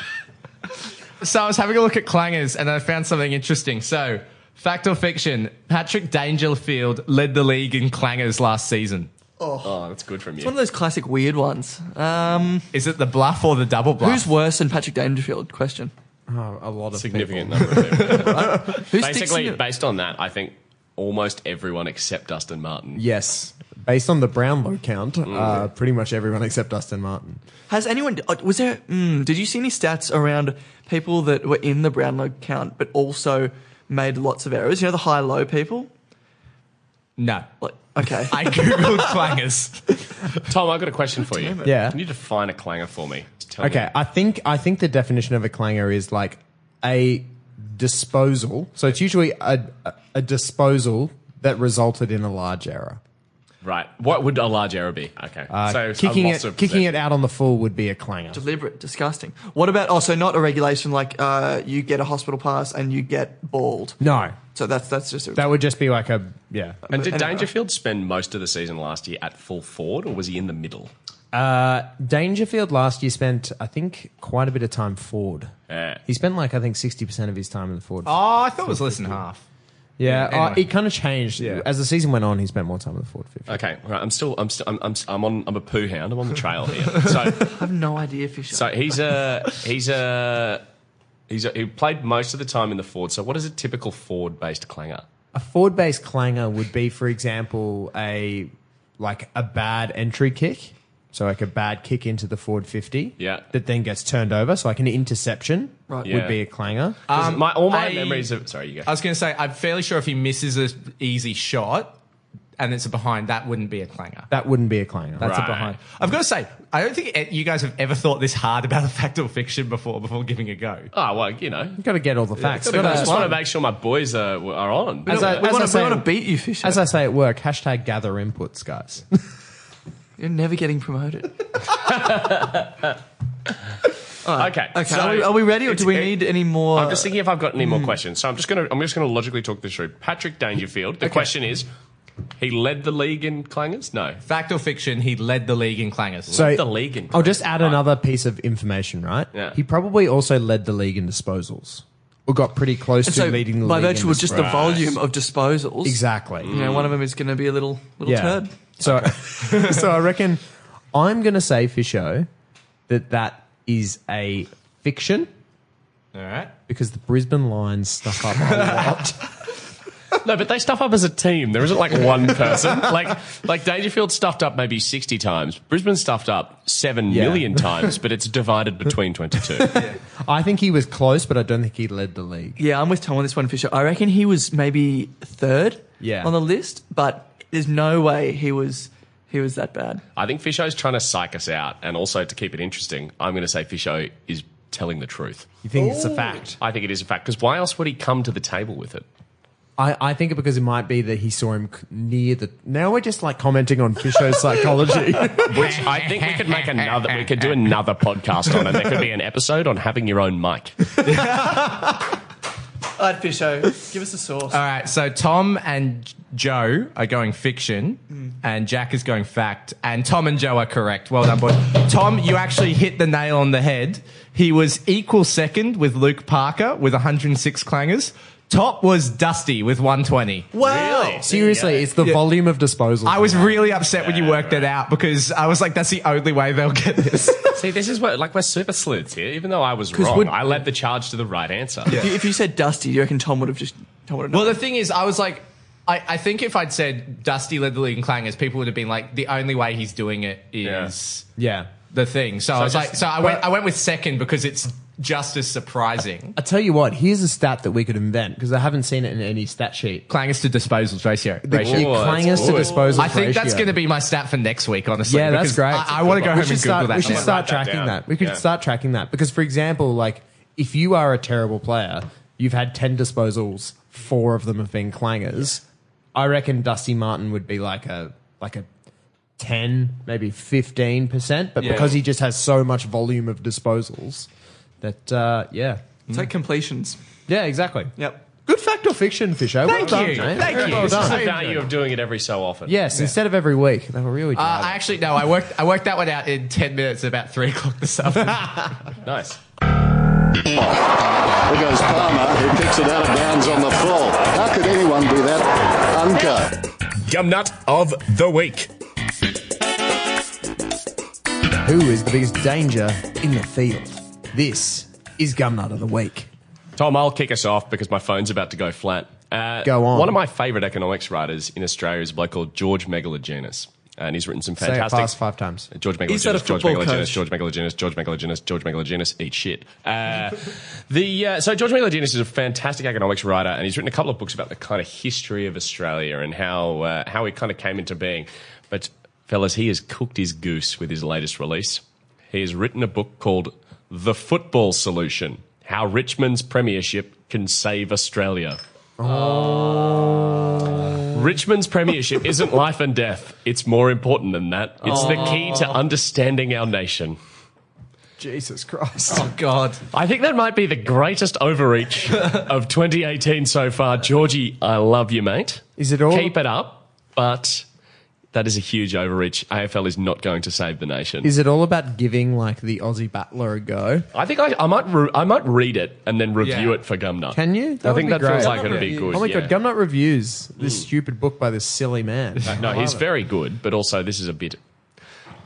Speaker 5: So I was having a look at clangers and I found something interesting. So, fact or fiction, Patrick Dangerfield led the league in clangers last season.
Speaker 6: Oh, that's good from you.
Speaker 7: one of those classic weird ones. Um,
Speaker 5: Is it the bluff or the double bluff?
Speaker 7: who's worse than Patrick Dangerfield? Question.
Speaker 4: a lot of
Speaker 6: significant number of people.
Speaker 7: Who sticks in
Speaker 6: Basically,
Speaker 7: your-
Speaker 6: based on that, I think almost everyone except Dustin Martin.
Speaker 4: Yes. Based on the Brownlow count, uh, pretty much everyone except Dustin Martin.
Speaker 7: Has anyone? uh, Was there? Mm, did you see any stats around people that were in the Brownlow count but also made lots of errors? You know the high-low people.
Speaker 5: no.
Speaker 7: Like,
Speaker 4: *laughs*
Speaker 7: okay,
Speaker 5: I googled *laughs* clangers.
Speaker 6: Tom, I've got a question for you.
Speaker 4: Yeah.
Speaker 6: Can you define a clanger for me? Just tell me.
Speaker 4: Okay, I think I think the definition of a clanger is like a disposal. So it's usually a a disposal that resulted in a large error.
Speaker 6: Right. What would a large error be? Okay. so
Speaker 4: Uh, kicking
Speaker 6: a
Speaker 4: it
Speaker 6: loss of
Speaker 4: kicking
Speaker 6: possession.
Speaker 4: it out on the full would be a clanger.
Speaker 7: deliberate, disgusting. What about also not a regulation like uh, you get a hospital pass and you get bald?
Speaker 4: No,
Speaker 7: So that's that's just a,
Speaker 4: that would just be like a yeah.
Speaker 6: And did
Speaker 7: an error.
Speaker 6: Dangerfield spend most of the season last year at full forward, or was he in the middle?
Speaker 4: Dangerfield last year spent I think quite a bit of time forward.
Speaker 6: Yeah.
Speaker 4: He spent like I think sixty percent of his time in the forward.
Speaker 5: Oh, I thought it was less than half.
Speaker 4: yeah,
Speaker 5: yeah,
Speaker 4: uh,
Speaker 5: anyway.
Speaker 4: it kind of changed as the season went on. He spent more time in the forward fifty.
Speaker 6: Okay. All right. I'm still. I'm. Still, I'm. I'm. I'm on. I'm a poo hound. I'm on the trail here. So.
Speaker 7: I have no idea, Fisher.
Speaker 6: So he's a he's a he's a, he played most of the time in the Ford. So what is a typical Ford based clanger?
Speaker 4: a forward based clanger would be, for example, a like a bad entry kick. So like a bad kick into the forward fifty.
Speaker 6: Yeah.
Speaker 4: That then gets turned over. So like an interception right. would
Speaker 6: Yeah.
Speaker 4: be a clanger.
Speaker 6: 'Cause
Speaker 7: Um,
Speaker 6: my all my
Speaker 5: I-
Speaker 6: memories of sorry
Speaker 7: Uh,
Speaker 6: you go.
Speaker 5: I was going to say, I'm fairly sure if he misses an easy shot and it's a behind, that wouldn't be a clanger.
Speaker 4: that wouldn't be a clanger.
Speaker 5: That's
Speaker 6: Right.
Speaker 5: a behind. I've got to say, I don't think eh, you guys have ever thought this hard about a *laughs* fact or fiction before before giving a go.
Speaker 6: Oh well, you know.
Speaker 4: You've got to get all the facts.
Speaker 6: I
Speaker 4: Gotta-
Speaker 6: just want to make sure my boys are, are on.
Speaker 4: as I,
Speaker 7: we
Speaker 4: as I
Speaker 7: want to
Speaker 4: say,
Speaker 7: beat you, Fisher.
Speaker 4: as I say at work, hashtag gather inputs, guys.
Speaker 7: You're never
Speaker 4: *laughs*
Speaker 7: getting promoted.
Speaker 6: okay.
Speaker 7: Okay,
Speaker 6: so
Speaker 7: are, we, are we ready, or
Speaker 6: it's-
Speaker 7: do we
Speaker 4: e-
Speaker 6: it-
Speaker 7: need Hmm. any more?
Speaker 6: I'm just thinking if I've got any more questions. So I'm just gonna I'm just gonna logically talk this through. Patrick Dangerfield. The question is, he led the league in clangers. No,
Speaker 5: Fact or fiction, he led the league in clangers.
Speaker 4: So
Speaker 6: the league
Speaker 7: Oh,
Speaker 6: in
Speaker 4: I'll just add
Speaker 6: Right.
Speaker 4: another piece of information, right?
Speaker 6: Yeah.
Speaker 4: He probably also led the league in disposals. Or got pretty close to
Speaker 7: so
Speaker 4: leading the
Speaker 7: by
Speaker 4: league. in
Speaker 7: virtue of just the
Speaker 4: disposals.
Speaker 7: volume of disposals,
Speaker 4: Exactly.
Speaker 7: You know, one of them is going to be a little little turd.
Speaker 5: *laughs*
Speaker 4: So, *laughs* so I reckon I'm going to say for show that that is a fiction
Speaker 5: All right.
Speaker 4: because the Brisbane Lions stuff up a lot.
Speaker 5: *laughs*
Speaker 6: no, but they stuff up as a team. There isn't like one person. like like Dangerfield stuffed up maybe sixty times. Brisbane stuffed up seven
Speaker 4: Yeah.
Speaker 6: million times, but it's divided between twenty two.
Speaker 4: I think he was close, but I don't think he led the league.
Speaker 7: Yeah, I'm with Tom on this one, Fisher. I reckon he was maybe third
Speaker 4: Yeah.
Speaker 7: on the list, but there's no way he was he was that bad.
Speaker 6: I think Fisho's trying to psych us out, and also to keep it interesting, I'm going to say Fisho is telling the truth.
Speaker 4: You think it's a fact?
Speaker 6: I think it is a fact because why else would he come to the table with it?
Speaker 4: I, I think it because it might be that he saw him c- near the. Now we're just like commenting on Fisher's
Speaker 5: *laughs*
Speaker 4: psychology. *laughs*
Speaker 6: Which I think we could make another. We could do another podcast on, and there could be an episode on having your own mic.
Speaker 7: All right, Fisher, give us the source.
Speaker 5: All right. So Tom and Joe are going fiction, and Jack is going fact. And Tom and Joe are correct. Well done, boy. Tom, you actually hit the nail on the head. He was equal second with Luke Parker with 106 clangers. Top was Dusty with 120.
Speaker 7: wow.
Speaker 4: Seriously, it's the volume of disposals.
Speaker 5: I was really upset when you worked that out because I was like, that's the only way they'll get this.
Speaker 6: See, this is what like we're super sleuths here. Even though I was
Speaker 7: 'Cause
Speaker 6: wrong,
Speaker 7: would-
Speaker 6: I led the charge to the right answer.
Speaker 7: If you, if you said Dusty, do you reckon Tom would have just Tom would
Speaker 5: *laughs*
Speaker 7: have
Speaker 5: Well,
Speaker 7: known?
Speaker 5: the thing is, I was like, I, I think if I'd said Dusty led the league in clangers, people would have been like, the only way he's doing it is
Speaker 4: Yeah.
Speaker 5: the thing. So, I was
Speaker 6: just-
Speaker 5: like, so I went, I went with second because it's just as surprising.
Speaker 4: I tell you what, here's a stat that we could invent because I haven't seen it in any stat sheet.
Speaker 5: clangers to disposals ratio.
Speaker 4: The
Speaker 5: ratio.
Speaker 6: Oh,
Speaker 4: clangers
Speaker 6: that's
Speaker 4: to
Speaker 6: good.
Speaker 4: disposals.
Speaker 5: I think that's
Speaker 4: ratio.
Speaker 5: going to be my stat for next week, honestly.
Speaker 4: Yeah, that's
Speaker 5: because
Speaker 4: great.
Speaker 5: I, I want to go home
Speaker 4: we
Speaker 5: and
Speaker 4: should
Speaker 5: Google
Speaker 4: start,
Speaker 5: that.
Speaker 4: we should
Speaker 5: shit.
Speaker 4: start
Speaker 6: Write that
Speaker 4: tracking
Speaker 6: down.
Speaker 4: that. We could
Speaker 6: Yeah.
Speaker 4: start tracking that because, for example, like if you are a terrible player, You've had 10 disposals, four of them have been clangers. I reckon Dusty Martin would be like a like a 10, maybe 15%, but
Speaker 5: Yeah.
Speaker 4: because he just has so much volume of disposals that uh, yeah.
Speaker 7: Take completions.
Speaker 4: Yeah, exactly.
Speaker 7: Yep.
Speaker 4: Good fact or fiction, Fisher?
Speaker 5: Thank
Speaker 4: well
Speaker 5: you.
Speaker 4: Done, mate.
Speaker 5: Thank you.
Speaker 4: Well
Speaker 5: This is
Speaker 6: It's
Speaker 4: done.
Speaker 6: the value of doing it every so often.
Speaker 4: Yes, instead of every week. They were really
Speaker 5: Uh,
Speaker 4: driving.
Speaker 5: I actually no. I worked. I worked that one out in ten minutes, at about three o'clock this *laughs* afternoon.
Speaker 6: Nice.
Speaker 11: There goes Palmer, who picks it out of bounds on the full. How could anyone be that uncut?
Speaker 10: Gumnut of the week.
Speaker 4: Who is the biggest danger in the field? This is Gumnut of the Week.
Speaker 6: Tom, I'll kick us off because my phone's about to go flat. Uh,
Speaker 4: Go on.
Speaker 6: One of my favourite economics writers in Australia is a bloke called George Megalogenis. And he's written some
Speaker 4: Say it
Speaker 6: fantastic.
Speaker 4: fast five times.
Speaker 6: George
Speaker 7: He's not a
Speaker 6: Megalogenis, George
Speaker 7: football
Speaker 6: Megalogenis,
Speaker 7: coach.
Speaker 6: George Megalogenis, George Megalogenis, George Megalogenis, eat shit. Uh, the uh, so George Megalogenis is a fantastic economics writer, and he's written a couple of books about the kind of history of Australia and how uh, how it kind of came into being. But fellas, he has cooked his goose with his latest release. He has written a book called "The Football Solution: How Richmond's Premiership Can Save Australia."
Speaker 4: Uh,
Speaker 6: Richmond's premiership isn't life and death. It's more important than that. It's the key to understanding our nation.
Speaker 4: Jesus Christ.
Speaker 5: oh God!
Speaker 6: I think that might be the greatest
Speaker 4: *laughs*
Speaker 6: overreach of 2018 so far. Georgie, I love you, mate.
Speaker 4: Is it all-
Speaker 6: Keep it up, but that is a huge overreach. AFL is not going to save the nation.
Speaker 4: Is it all about giving like the Aussie battler a go?
Speaker 6: I think I, I might re- I might read it and then review
Speaker 5: Yeah.
Speaker 6: it for Gumnut.
Speaker 4: Can you? That
Speaker 6: I think
Speaker 4: would
Speaker 6: that
Speaker 4: be
Speaker 6: feels
Speaker 4: great.
Speaker 6: like it'll be good.
Speaker 4: Oh my
Speaker 6: yeah.
Speaker 4: god, Gumnut reviews this stupid book by this silly man.
Speaker 6: No, he's very good, but also this is a bit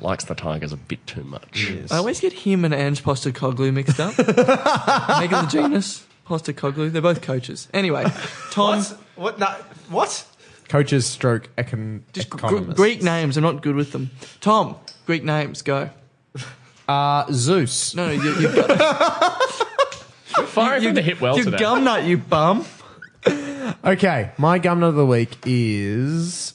Speaker 6: likes the Tigers a bit too much. Uh,
Speaker 7: I always get him and Ange Postacoglu mixed *laughs* up. Megan Legenis, Postacoglu, they're both coaches. Anyway, Tom,
Speaker 5: What? No, what?
Speaker 4: Coaches stroke econ-
Speaker 7: just Gr-
Speaker 4: economist.
Speaker 7: Greek names, I'm not good with them. Tom, Greek names, go.
Speaker 4: Uh, Zeus.
Speaker 7: No, no, you, you've got
Speaker 6: Firing from the hip well
Speaker 7: you
Speaker 6: today.
Speaker 7: gum nut, you bum.
Speaker 4: Okay, my Gumnut of the Week is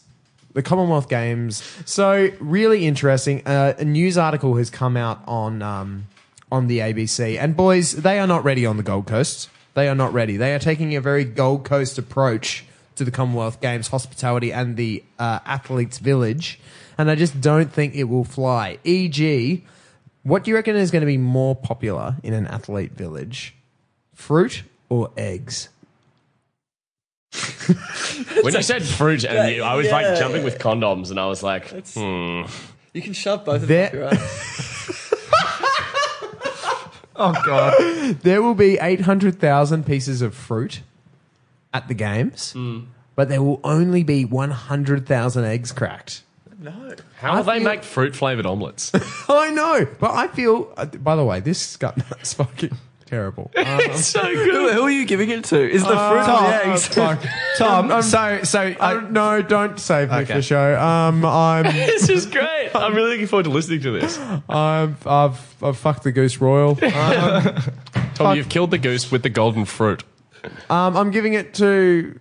Speaker 4: the Commonwealth Games. So really interesting. Uh, a news article has come out on um, on the ABC, and boys, they are not ready on the Gold Coast. They are not ready. They are taking a very Gold Coast approach to the Commonwealth Games hospitality and the uh, athletes' village, and I just don't think it will fly. E.g., what do you reckon is going to be more popular in an athlete village, fruit or eggs?
Speaker 6: When you said fruit, and you, I was like jumping with condoms, and I was like,
Speaker 7: You can shove both of
Speaker 4: There-
Speaker 7: them. up your ass.
Speaker 4: *laughs*
Speaker 5: Oh God!
Speaker 4: There will be 800,000 pieces of fruit at the games,
Speaker 5: Hmm.
Speaker 4: but there will only be 100,000 eggs cracked. *laughs*
Speaker 6: "How will they
Speaker 4: feel-
Speaker 6: make fruit flavored omelets?"
Speaker 4: I know, but I feel. uh, by the way, this gut nut's *laughs* fucking
Speaker 5: *laughs*
Speaker 4: terrible. Uh,
Speaker 6: so good.
Speaker 7: Who are you giving it to? Is the fruit
Speaker 4: Tom,
Speaker 7: or the eggs? *laughs*
Speaker 5: Tom, Tom, Um, so so I,
Speaker 4: I- no, don't save me
Speaker 5: Okay.
Speaker 4: for show. Um,
Speaker 6: *laughs*
Speaker 4: I'm,
Speaker 6: This is great. I'm really looking forward to listening to this. Tom,
Speaker 4: I'm, I've, I've fucked the goose
Speaker 5: *laughs*
Speaker 4: royal. Um,
Speaker 6: you've killed the goose with the golden fruit.
Speaker 4: um, I'm giving it to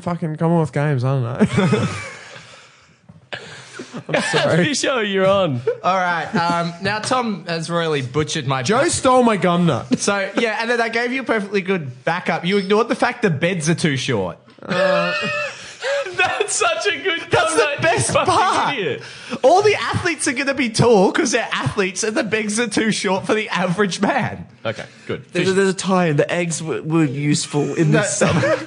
Speaker 4: fucking Commonwealth Games. I don't know. *laughs*
Speaker 6: *laughs* Happy show you're on.
Speaker 5: all right. Um, now Tom has really butchered my
Speaker 4: Joe stole my gum nut.
Speaker 5: So yeah, and then I gave you a perfectly good backup. You ignored the fact the beds are
Speaker 6: *laughs*
Speaker 5: too short.
Speaker 6: That's such a good.
Speaker 5: That's
Speaker 6: comeback,
Speaker 5: the
Speaker 6: you
Speaker 5: best
Speaker 6: fucking
Speaker 5: part.
Speaker 6: idiot.
Speaker 5: All the athletes are going to be tall because they're athletes, and the begs are too short for the average man.
Speaker 6: Okay, good.
Speaker 7: There's, a- there's a tie in. The eggs were, were useful in this
Speaker 5: No.
Speaker 7: summer.
Speaker 5: *laughs*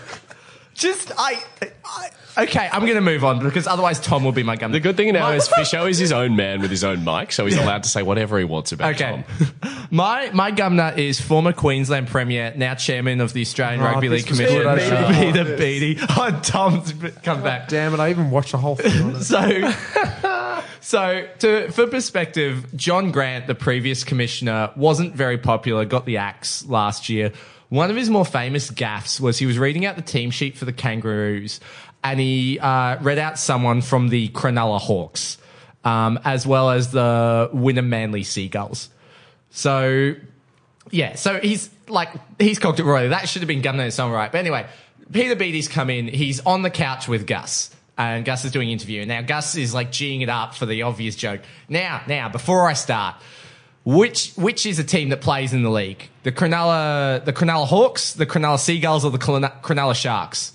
Speaker 5: Just I, I okay. I'm going to move on because otherwise Tom will be *laughs* my gum.
Speaker 6: The good thing now is Fisho is his own man with his own mic, so he's allowed to say whatever he wants about
Speaker 5: Okay. *laughs*
Speaker 6: Tom.
Speaker 5: My my gumnut is former Queensland Premier, now chairman of the Australian Rugby
Speaker 4: this
Speaker 5: League
Speaker 4: was
Speaker 5: Commission,
Speaker 4: good, I should have
Speaker 5: Peter Beattie. *laughs* Oh, Tom's come back.
Speaker 4: Damn it! I even watched the whole thing. *laughs* On it.
Speaker 5: So, so *laughs* to, for perspective, John Grant, the previous commissioner, wasn't very popular, got the axe last year. One of his more famous gaffes was he was reading out the team sheet for the Kangaroos and he uh, read out someone from the Cronulla Hawks, um, as well as the Winner Manly Seagulls. So, yeah, so he's like, he's cocked it royally. That should have been gummed in its own right. But anyway, Peter Beattie's come in. He's on the couch with Gus, and Gus is doing an interview. Now, Gus is like geeing it up for the obvious joke. Now, now, before I start, Which which is a team that plays in the league? The Cronulla the Cronulla Hawks, the Cronulla Seagulls, or the Cronulla Cronulla Sharks?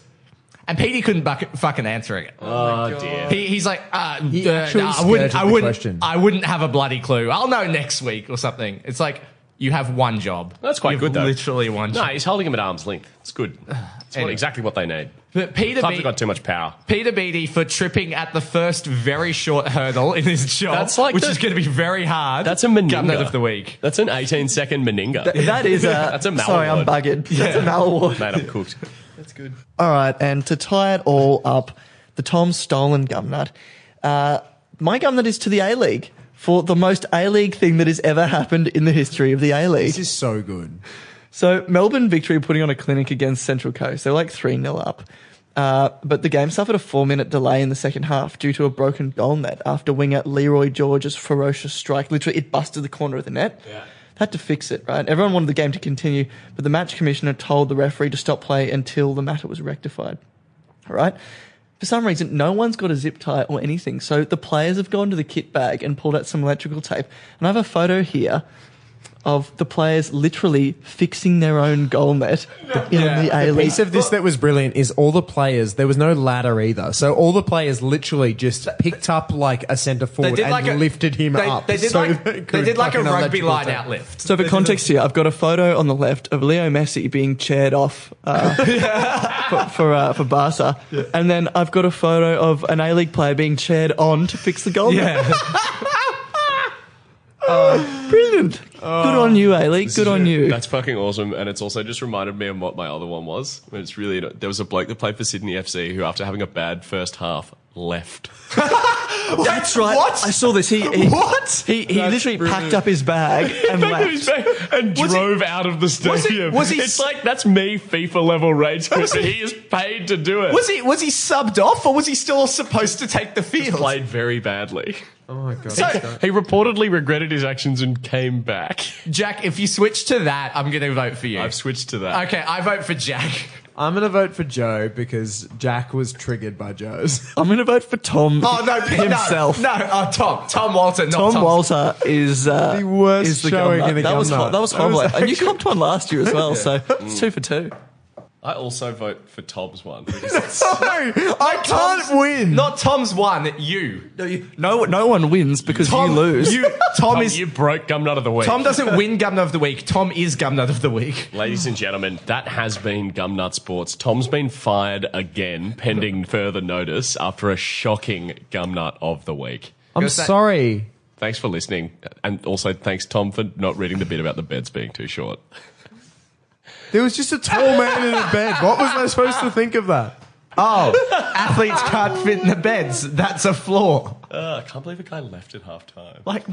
Speaker 5: And Petey couldn't buck- fucking answer it.
Speaker 6: Oh, dear.
Speaker 5: He, he's like, uh,
Speaker 6: He
Speaker 5: uh,
Speaker 6: actually
Speaker 5: nah, I wouldn't,
Speaker 6: skirted
Speaker 5: I
Speaker 6: the
Speaker 5: wouldn't,
Speaker 6: question.
Speaker 5: I wouldn't have a bloody clue. I'll know next week or something. It's like you have one job.
Speaker 6: That's quite
Speaker 5: You've
Speaker 6: good, though.
Speaker 5: Literally one
Speaker 6: No,
Speaker 5: job.
Speaker 6: he's holding him at arm's length. It's good. It's what,
Speaker 5: Anyway.
Speaker 6: exactly what they need.
Speaker 5: But Peter
Speaker 6: Clubs
Speaker 5: Be-
Speaker 6: have got too much power.
Speaker 5: Peter Beattie for tripping at the first very short hurdle in his job,
Speaker 6: That's like
Speaker 5: which
Speaker 6: the-
Speaker 5: is going to be very hard.
Speaker 6: That's a meninga.
Speaker 5: Gumnut of the week.
Speaker 6: That's an 18 second meninga.
Speaker 7: Th- that is a-
Speaker 6: *laughs* That's a malaward.
Speaker 7: sorry, I'm buggered. That's a malaward.
Speaker 6: Mate, I'm cooked.
Speaker 7: That's good. All right, and to tie it all up, the Tom Stolen gumnut. Uh, my gumnut is to the A League for the most A League thing that has ever happened in the history of the A League.
Speaker 12: This is so good.
Speaker 7: So Melbourne victory putting on a clinic against Central Coast. They were like 3 0 up. Uh, but the game suffered a four minute delay in the second half due to a broken goal net after winger Leroy George's ferocious strike. Literally, it busted the corner of the net. Yeah. Had to fix it, right? Everyone wanted the game to continue, but the match commissioner told the referee to stop play until the matter was rectified. All right? For some reason, no one's got a zip tie or anything. So the players have gone to the kit bag and pulled out some electrical tape. And I have a photo here of the players literally fixing their own goal net in the A
Speaker 4: the
Speaker 7: League.
Speaker 4: piece of this that was brilliant is all the players. There was no ladder either, so all the players literally just picked up like a centre forward and lifted him
Speaker 5: they,
Speaker 4: up.
Speaker 5: They did
Speaker 4: so *laughs*
Speaker 5: like,
Speaker 4: they
Speaker 5: they
Speaker 4: could
Speaker 5: did like a
Speaker 4: fucking
Speaker 5: rugby
Speaker 4: electrical
Speaker 5: line
Speaker 4: tape.
Speaker 5: out lift.
Speaker 7: So for context here, I've got a photo on the left of Leo Messi being chaired off uh, for for, uh, for Barca, and then I've got a photo of an A League player being chaired on to fix the goal. net. *laughs* Oh, brilliant! Good on you, A League. *laughs* Good on you.
Speaker 6: That's fucking awesome. And it's also just reminded me of what my other one was. It's really there was a bloke that played for Sydney FC who, after having a bad first half,
Speaker 7: *laughs*
Speaker 6: left.
Speaker 7: That's right. What? I saw this. He, he
Speaker 5: what?
Speaker 7: He he
Speaker 6: That's
Speaker 7: literally
Speaker 6: brilliant.
Speaker 7: packed up his bag and
Speaker 6: Back
Speaker 7: left.
Speaker 6: to his back and
Speaker 7: Was he-
Speaker 6: drove out of the
Speaker 7: he-
Speaker 6: stadium.
Speaker 7: was he
Speaker 6: it's
Speaker 7: s-
Speaker 6: like that's me FIFA level
Speaker 7: *laughs*
Speaker 6: rage quit.
Speaker 5: Was he-
Speaker 6: He is paid to do it.
Speaker 5: Was he was he subbed off or was he still supposed to take the
Speaker 6: He
Speaker 5: field?
Speaker 6: played very badly. *laughs*
Speaker 4: Oh my god!
Speaker 5: So-
Speaker 6: he reportedly regretted his actions and came back.
Speaker 5: Jack, if you switch to that, I'm going to vote for you.
Speaker 6: I've switched to that.
Speaker 5: Okay, I vote for Jack.
Speaker 4: I'm gonna vote for Joe because Jack was triggered by Joe's.
Speaker 7: I'm going to vote for Tom
Speaker 5: Oh no, Pete, no,
Speaker 7: himself.
Speaker 5: No, uh, Tom, Tom Walter, not
Speaker 7: Tom
Speaker 5: Tom
Speaker 7: Walter is uh,
Speaker 4: The worst
Speaker 7: is the
Speaker 4: showing
Speaker 7: gumnut.
Speaker 4: in a
Speaker 7: that was
Speaker 4: gumnut.
Speaker 7: hor- that was
Speaker 4: That
Speaker 7: horrible.
Speaker 4: was
Speaker 7: and you comped one last year as well, so it's two for two.
Speaker 6: I also vote for Tom's
Speaker 5: *laughs*
Speaker 6: one.
Speaker 4: I
Speaker 5: Tom's-
Speaker 4: can't win.
Speaker 5: Not Tom's one, you.
Speaker 7: No, you, no, no one wins because
Speaker 5: Tom,
Speaker 7: you lose.
Speaker 5: You, Tom
Speaker 6: Tom,
Speaker 5: is.
Speaker 6: you broke gumnut of the week.
Speaker 5: Tom doesn't win Gumnut of the Week. Tom is Gumnut of the Week.
Speaker 6: Ladies and gentlemen, that has been Gumnut Sports. Tom's been fired again, pending further notice after a shocking Gumnut of the week.
Speaker 4: I'm
Speaker 5: Goes that-
Speaker 4: sorry.
Speaker 6: Thanks for listening, and also thanks Tom for not reading the bit about the beds being too short.
Speaker 4: There was just a tall man in a bed. What was I supposed to think of that? *laughs*
Speaker 5: Oh, athletes can't fit in the beds. That's a flaw.
Speaker 6: Uh, I can't believe a guy left at half time.
Speaker 5: Like,